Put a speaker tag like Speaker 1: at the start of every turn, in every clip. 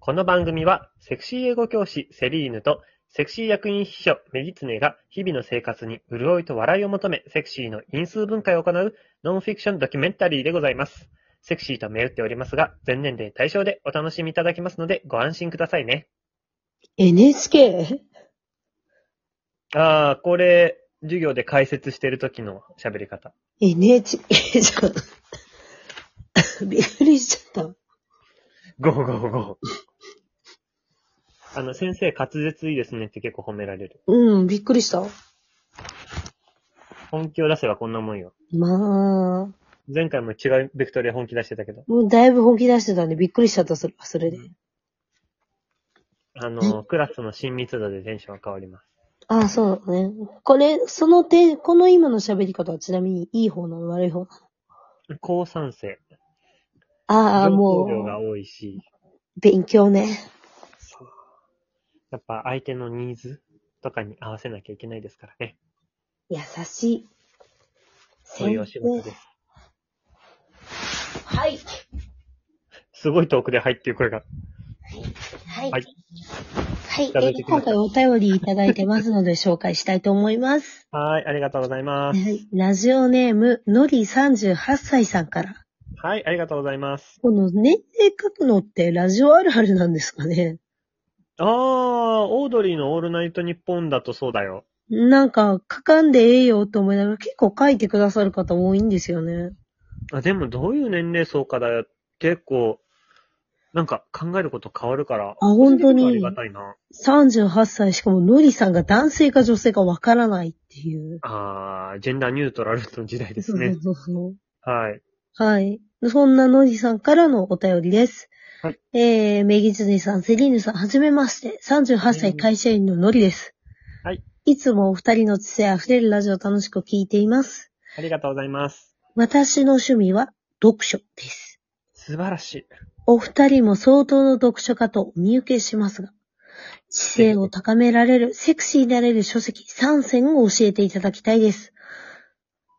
Speaker 1: この番組は、セクシー英語教師セリーヌと、セクシー役員秘書メギツネが、日々の生活に潤いと笑いを求め、セクシーの因数分解を行う、ノンフィクションドキュメンタリーでございます。セクシーと銘打っておりますが、全年齢対象でお楽しみいただけますので、ご安心くださいね。
Speaker 2: NHK?
Speaker 1: あー、これ、授業で解説してる時の喋り方。
Speaker 2: NHK じゃ ん。びっくりしちゃっ
Speaker 1: ゴーゴーゴ ー。あの、先生滑舌いいですねって結構褒められる。
Speaker 2: た。うん、びっくりした。
Speaker 1: 本気を出せばこんなもんよ。
Speaker 2: まあ、
Speaker 1: 前回も違うベクトルで本気出してたけど。
Speaker 2: もうだいぶ本気出してたんでびっくりしちゃった、それそれで。
Speaker 1: あの、クラスの親密度でテンションが変わります。
Speaker 2: ああ、そうだね。これ、その手、この今の喋り方はちなみにいい方なの悪い方なの
Speaker 1: 高酸性。
Speaker 2: ああ、
Speaker 1: 情報量が
Speaker 2: も
Speaker 1: 多いし、
Speaker 2: う、勉強ね。
Speaker 1: やっぱ相手のニーズとかに合わせなきゃいけないですからね。
Speaker 2: 優しい。
Speaker 1: そういうお仕事で
Speaker 2: 先
Speaker 1: す。
Speaker 2: 生はい。
Speaker 1: すごい遠くで入っていう声が。
Speaker 2: は
Speaker 1: は
Speaker 2: い。はいい。はい
Speaker 1: いただいて
Speaker 2: え
Speaker 1: きま
Speaker 2: 今
Speaker 1: した
Speaker 2: 回お便りいただいてますので紹介したいと思います。
Speaker 1: はい、ありがとうございます。
Speaker 2: はいラジオネーム、のり38歳さんから。
Speaker 1: はい、ありがとうございます。
Speaker 2: この年齢書くのってラジオあるあるなんですかね
Speaker 1: あー、オードリーのオールナイトニッポンだとそうだよ。
Speaker 2: なんか、書かんでええよと思いながら結構書いてくださる方多いんですよね。
Speaker 1: あでもどういう年齢層かだよ。結構、なんか考えること変わるから。
Speaker 2: あ本当に
Speaker 1: ありがたいな。
Speaker 2: 38歳、しかものりさんが男性か女性かわからないっていう。
Speaker 1: あー、ジェンダーニュートラルの時代ですね。
Speaker 2: そうそうそう
Speaker 1: はい。
Speaker 2: はい。そんなのりさんからのお便りです。
Speaker 1: はい。
Speaker 2: えー、めぎつねさん、セリーヌさん、はじめまして。38歳会社員ののりです。
Speaker 1: はい。
Speaker 2: いつもお二人の知性あふれるラジオ楽しく聞いています。
Speaker 1: ありがとうございます。
Speaker 2: 私の趣味は読書です。
Speaker 1: 素晴らしい。
Speaker 2: お二人も相当の読書家とお見受けしますが、知性を高められる、セクシーになれる書籍3選を教えていただきたいです。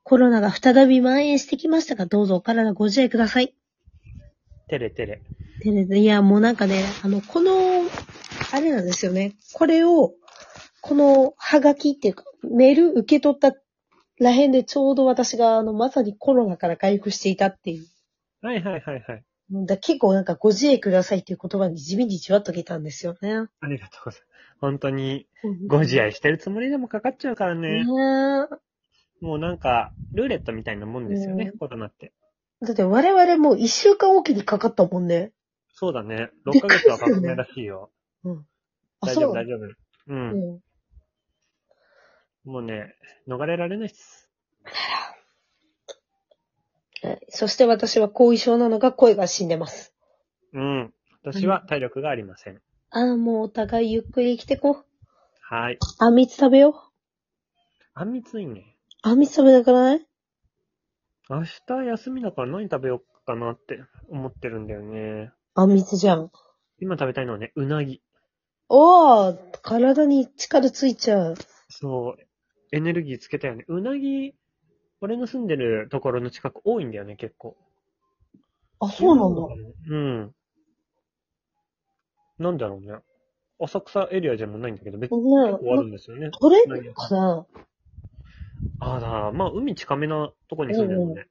Speaker 2: コロナが再び蔓延してきましたが、どうぞお体ご自愛ください。
Speaker 1: てれてれ。
Speaker 2: でねいや、もうなんかね、あの、この、あれなんですよね。これを、このハガキっていうか、メール受け取ったらへんでちょうど私が、あの、まさにコロナから回復していたっていう。
Speaker 1: はいはいはいはい。
Speaker 2: だ結構なんかご自愛くださいっていう言葉に地味にじわっときたんですよね。
Speaker 1: ありがとうございます。本当に、ご自愛してるつもりでもかかっちゃうからね。
Speaker 2: ね
Speaker 1: もうなんか、ルーレットみたいなもんですよね、
Speaker 2: う
Speaker 1: コロナって。
Speaker 2: えだって我々もう一週間おきにかかったもんね。
Speaker 1: そうだね。
Speaker 2: び
Speaker 1: 6ヶ
Speaker 2: っくり
Speaker 1: 月は
Speaker 2: する
Speaker 1: 確
Speaker 2: よね
Speaker 1: 定らしいよ。
Speaker 2: うん。
Speaker 1: 大丈夫
Speaker 2: な
Speaker 1: 大
Speaker 2: の
Speaker 1: 丈夫。うん。
Speaker 2: うん。
Speaker 1: もうね、逃れられないっす。
Speaker 2: はいそして私は後遺症なのが声が死んでます。
Speaker 1: うん。私は体力がありません。
Speaker 2: ああ、もうお互いゆっくり生きてこう。
Speaker 1: はい。
Speaker 2: あんみつ食べよう。
Speaker 1: あんみついね。
Speaker 2: あんみつ食べたくない
Speaker 1: 明日休みだから何食べようかなって思ってるんだよね。
Speaker 2: あんみつじゃん。
Speaker 1: 今食べたいのはね、うなぎ。
Speaker 2: おー、体に力ついちゃう。
Speaker 1: そう。エネルギーつけたよね。うなぎ、俺の住んでるところの近く多いんだよね、結構。
Speaker 2: あ、そうなんだ。
Speaker 1: うん。なんだろうね。浅草エリアじゃもないんだけど、別に結構ある
Speaker 2: ね
Speaker 1: んですよね。
Speaker 2: 取れるかな
Speaker 1: ああだ、まあ海近めなとこに住んでるので、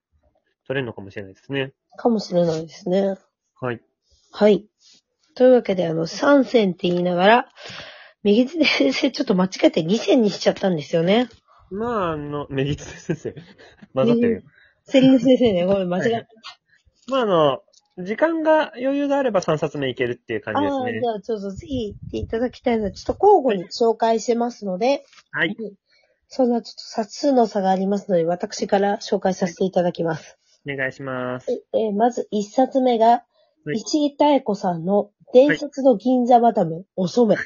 Speaker 1: 取れるのかもしれないですね。
Speaker 2: かもしれないですね。
Speaker 1: はい。
Speaker 2: はい。というわけで、あの、3線って言いながら、右手で先生ちょっと間違えて2線にしちゃったんですよね。
Speaker 1: まあ、あの、メギツ先生。 混ざってるよ。
Speaker 2: セリフ先生ね、ごめん、間違え
Speaker 1: まあ、あの、時間が余裕があれば3冊目いけるっていう
Speaker 2: た。
Speaker 1: 感じ
Speaker 2: あ
Speaker 1: で
Speaker 2: あー、
Speaker 1: す
Speaker 2: じ
Speaker 1: ね。
Speaker 2: ゃあちょっとぜひ言っていただきたいので、ちょっと交互に紹介してますので、
Speaker 1: はい。
Speaker 2: そんなちょっと冊数の差がありますので、私から紹介させていただきます。
Speaker 1: お願いします。
Speaker 2: ええーまず一冊目が、
Speaker 1: はい
Speaker 2: 石井妙子さんの伝説の銀座マダム、お染め。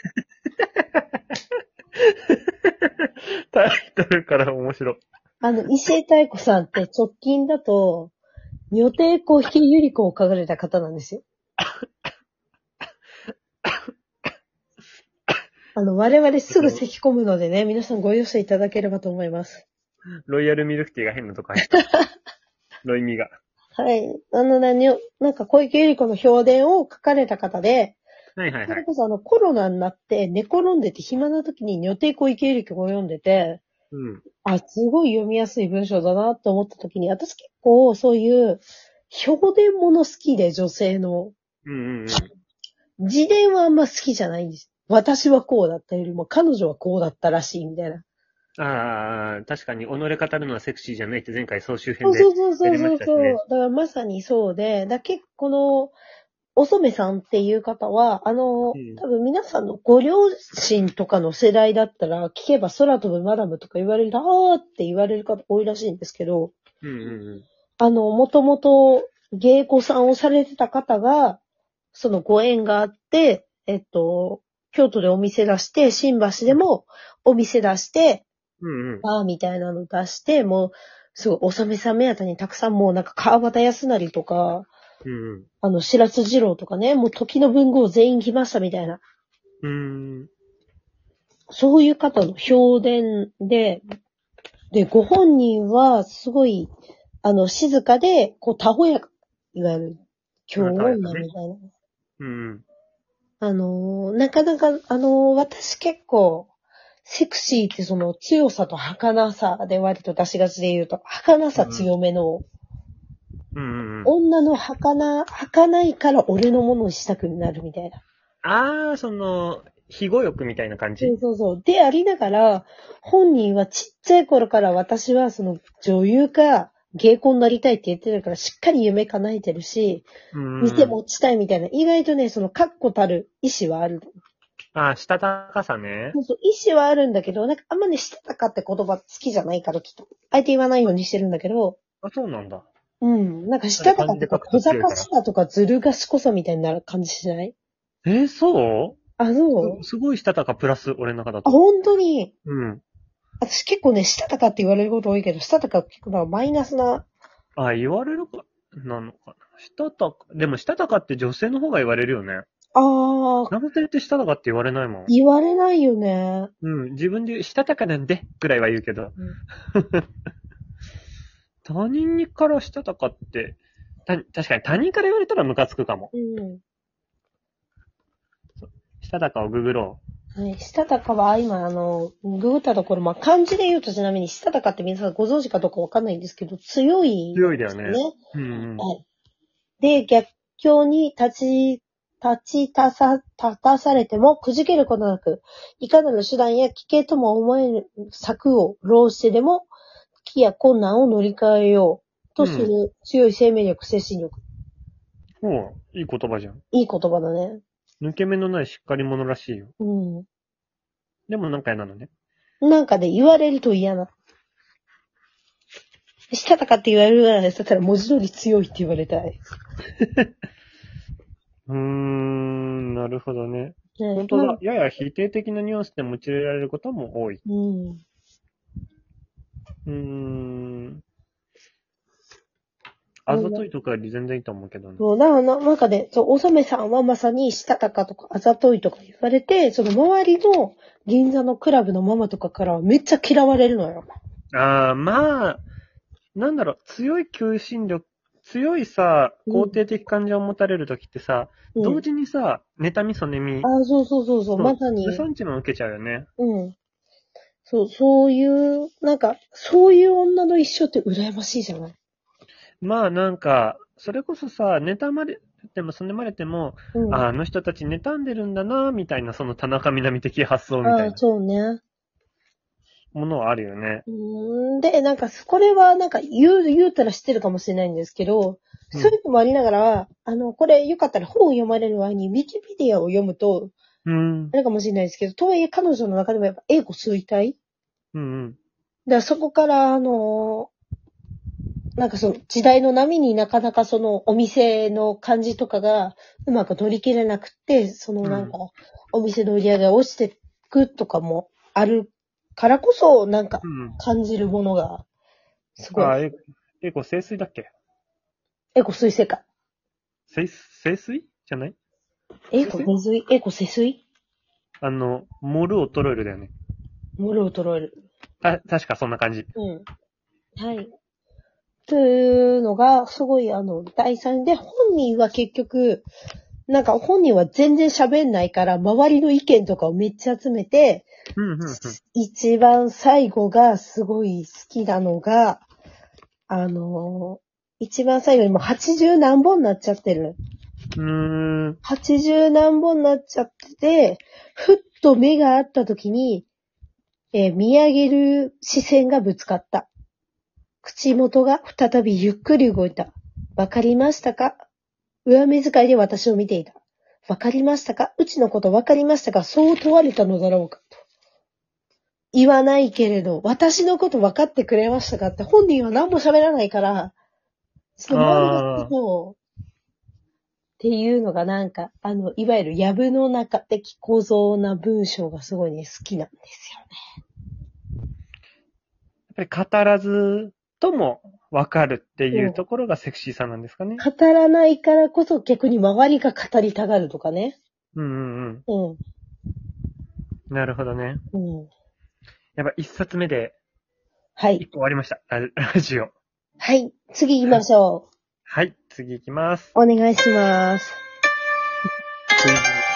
Speaker 1: タイトルから面白い。
Speaker 2: あの、石井妙子さんって直近だと、女帝コーヒーユリコを書かれた方なんですよ。あの、我々すぐ咳込むのでね、皆さんご容赦いただければと思います。
Speaker 1: ロイヤルミルクティーが変なとこ入 った。ロイミが。
Speaker 2: はい。あの、何を、なんか小池百合子の評伝を書かれた方で、
Speaker 1: はいはい
Speaker 2: そ
Speaker 1: は
Speaker 2: れ
Speaker 1: い。
Speaker 2: こそあのコロナになって寝転んでて暇な時に女帝恋経歴を読んでて、
Speaker 1: うん。
Speaker 2: あ、すごい読みやすい文章だなって思った時に、私結構そういう表現もの好きで女性の、
Speaker 1: うんうんうん。
Speaker 2: 自伝はあんま好きじゃないんです。私はこうだったよりも彼女はこうだったらしいみたいな。
Speaker 1: ああ、確かに、己語るのはセクシーじゃないって前回総集
Speaker 2: そ
Speaker 1: 編
Speaker 2: う
Speaker 1: で。
Speaker 2: そうそうそう
Speaker 1: や
Speaker 2: そ
Speaker 1: り
Speaker 2: う
Speaker 1: ましたね
Speaker 2: だからまさにそうで、だ結構この、お染さんっていう方は、あの、
Speaker 1: うん
Speaker 2: 多分皆さんのご両親とかの世代だったら、聞けば空飛ぶマダムとか言われる、あーって言われる方多いらしいんですけど、
Speaker 1: うんうん
Speaker 2: あの、もともと芸妓さんをされてた方が、そのご縁があって、えっと、京都でお店出して、新橋でもお店出して、
Speaker 1: うん。うんうん。
Speaker 2: バーみたいなの出して、もう、すごい、おさめさん目当てにたくさんもうなんか川端康成とか、
Speaker 1: うん
Speaker 2: あの、白津二郎とかね、もう時の文豪全員来ましたみたいな。
Speaker 1: うん。うーん。
Speaker 2: そういう方の表現で、で、ご本人はすごい、あの、静かで、こう、たほやか、いわゆる、京女みたい
Speaker 1: う
Speaker 2: な。
Speaker 1: んうん。
Speaker 2: あのー、なかなか、あのー、私結構、セクシーってその強さと儚さで割と出しがちで言うと、儚さ強めの、
Speaker 1: うんうんうん。
Speaker 2: 女の儚、儚いから俺のものにしたくなるみたいな。
Speaker 1: ああ、その、非語欲みたいな感じ。
Speaker 2: そうそうそう。でありながら、本人はちっちゃい頃から私はその女優か芸妓になりたいって言ってるから、しっかり夢叶えてるし、
Speaker 1: うんうん。
Speaker 2: 店持ちたいみたいな、意外とね、その確固たる意志はある。
Speaker 1: ああ、したたかさね
Speaker 2: そ。うそう、意志はあるんだけど、なんかあんまね、してたかって言葉好きじゃないから、きっと。相手言わないようにしてるんだけど、
Speaker 1: あ、そうなんだ。
Speaker 2: うん。なんか、したたかとか、小賢しさとか、ずる賢さみたいな感じしない
Speaker 1: えー、そう
Speaker 2: あ、そう
Speaker 1: すごいしたたかプラス、俺の中だ
Speaker 2: あ、
Speaker 1: と。
Speaker 2: 本当に、
Speaker 1: うん。
Speaker 2: 私結構ね、したたかって言われること多いけど、したたかって聞くのはマイナスな
Speaker 1: あ、言われるか、なのかな。したたか、でもしたたかって女性の方が言われるよね。
Speaker 2: ああ、
Speaker 1: 男性ってしたたかって言われないもん。
Speaker 2: 言われないよね。
Speaker 1: うん、自分でしたたかなんで、ぐらいは言うけど。 他人にからしたたかって、た、確かに他人から言われたらムカつくかも。
Speaker 2: うん。
Speaker 1: したたかをググろ
Speaker 2: はい。したたかは今、あの、ググったところ、まあ、漢字で言うとちなみに、したたかって皆さんご存知かどうかわかんないんですけど、強い、
Speaker 1: う。強いだよ
Speaker 2: ね。
Speaker 1: ね。うん、うん。
Speaker 2: はい。で、逆境に立ち、立ちたさ、立たされてもくじけることなく、いかなる手段や危険とも思える策を浪してでも、危機や困難を乗り換えようとする強い生命力、精神力。
Speaker 1: おういい言葉じゃん。
Speaker 2: いい言葉だね。
Speaker 1: 抜け目のないしっかり者らしいよ。
Speaker 2: う
Speaker 1: でもなんか嫌なのね。
Speaker 2: ん。なんかで言われると嫌な。したたかって言われるぐらいだったら文字通り強いって言われたい。
Speaker 1: うーん、なるほどね。
Speaker 2: ね
Speaker 1: 本当
Speaker 2: ま
Speaker 1: だ
Speaker 2: あ。
Speaker 1: やや否定的なニュアンスで用いられることも多い。
Speaker 2: うん。
Speaker 1: うーん。あざといとかより全然いいと思うけどね。
Speaker 2: そう、だからな、なんかね、そう、おさめさんはまさに、したたかとか、あざといとか言われて、その周りの銀座のクラブのママとかからはめっちゃ嫌われるのよ。
Speaker 1: ああ、まあ、なんだろう、強い求心力、強いさ、
Speaker 2: うん
Speaker 1: 肯定的感情を持たれるときってさ、
Speaker 2: うん、
Speaker 1: 同時にさ、妬み、そねみ、
Speaker 2: あそうそうそうそう、まさに
Speaker 1: 無。産地も受けちゃうよね。
Speaker 2: うん。そう、そういう、なんか、そういう女の一生って羨ましいじゃない
Speaker 1: まあなんか、それこそさ、妬まれても、そねまれても、
Speaker 2: うん。
Speaker 1: ああの人たち妬んでるんだな、みたいな、その田中みな実的発想みたい
Speaker 2: あ
Speaker 1: な
Speaker 2: そうね。
Speaker 1: ものはあるよね。
Speaker 2: うーんで、なんか、これは、なんか、言う、言うたら知ってるかもしれないんですけど、
Speaker 1: うん
Speaker 2: そういうのもありながら、あの、これ、よかったら本を読まれる前に、ウィキペディアを読むと、
Speaker 1: うん
Speaker 2: あ。れかもしれないですけど、とはいえ彼女の中でもやっぱ英語衰退
Speaker 1: うんうん。
Speaker 2: だからそこから、あのーなんかその時代の波になかなかそのお店の感じとかがうまく乗り切れなくって、そのなんかお店の売り上げが落ちてくとかもあるからこそ、なんか
Speaker 1: うん。
Speaker 2: 感じるものが、すご
Speaker 1: ああ、
Speaker 2: い。
Speaker 1: え、え、こう、清水だっけ
Speaker 2: エコ水世界。
Speaker 1: 清水、清水じゃない
Speaker 2: エコ水水エコ水水
Speaker 1: あの、盛る衰えるだよね。
Speaker 2: モルを捉える。
Speaker 1: た、確かそんな感じ。
Speaker 2: うん。はい。というのが、すごい、あの、第三で、本人は結局、なんか本人は全然喋んないから、周りの意見とかをめっちゃ集めて、
Speaker 1: うんうんうん。
Speaker 2: 一番最後がすごい好きなのが、あのー一番最後にもう80何本になっちゃってる。
Speaker 1: うーん。
Speaker 2: 80何本になっちゃってて、ふっと目が合った時に、えー見上げる視線がぶつかった。口元が再びゆっくり動いた。わかりましたか上目遣いで私を見ていた。わかりましたかうちのことわかりましたかそう問われたのだろうかと。言わないけれど、私のことわかってくれましたかって本人は何も喋らないから、その周りの人をっていうのがなんか、あの、いわゆるやぶの中的構造な文章がすごいね、好きなんですよね。
Speaker 1: やっぱり語らずともわかるっていうところがセクシーさなんですかね。
Speaker 2: 語らないからこそ逆に周りが語りたがるとかね。
Speaker 1: うんうんうん。
Speaker 2: うん。
Speaker 1: なるほどね。
Speaker 2: うん。
Speaker 1: やっぱ一冊目で
Speaker 2: はい
Speaker 1: 一。個終わりました。ララジ オ。
Speaker 2: はい。次行きましょ
Speaker 1: はい、次行きます。
Speaker 2: う。お願いします。
Speaker 1: クイズ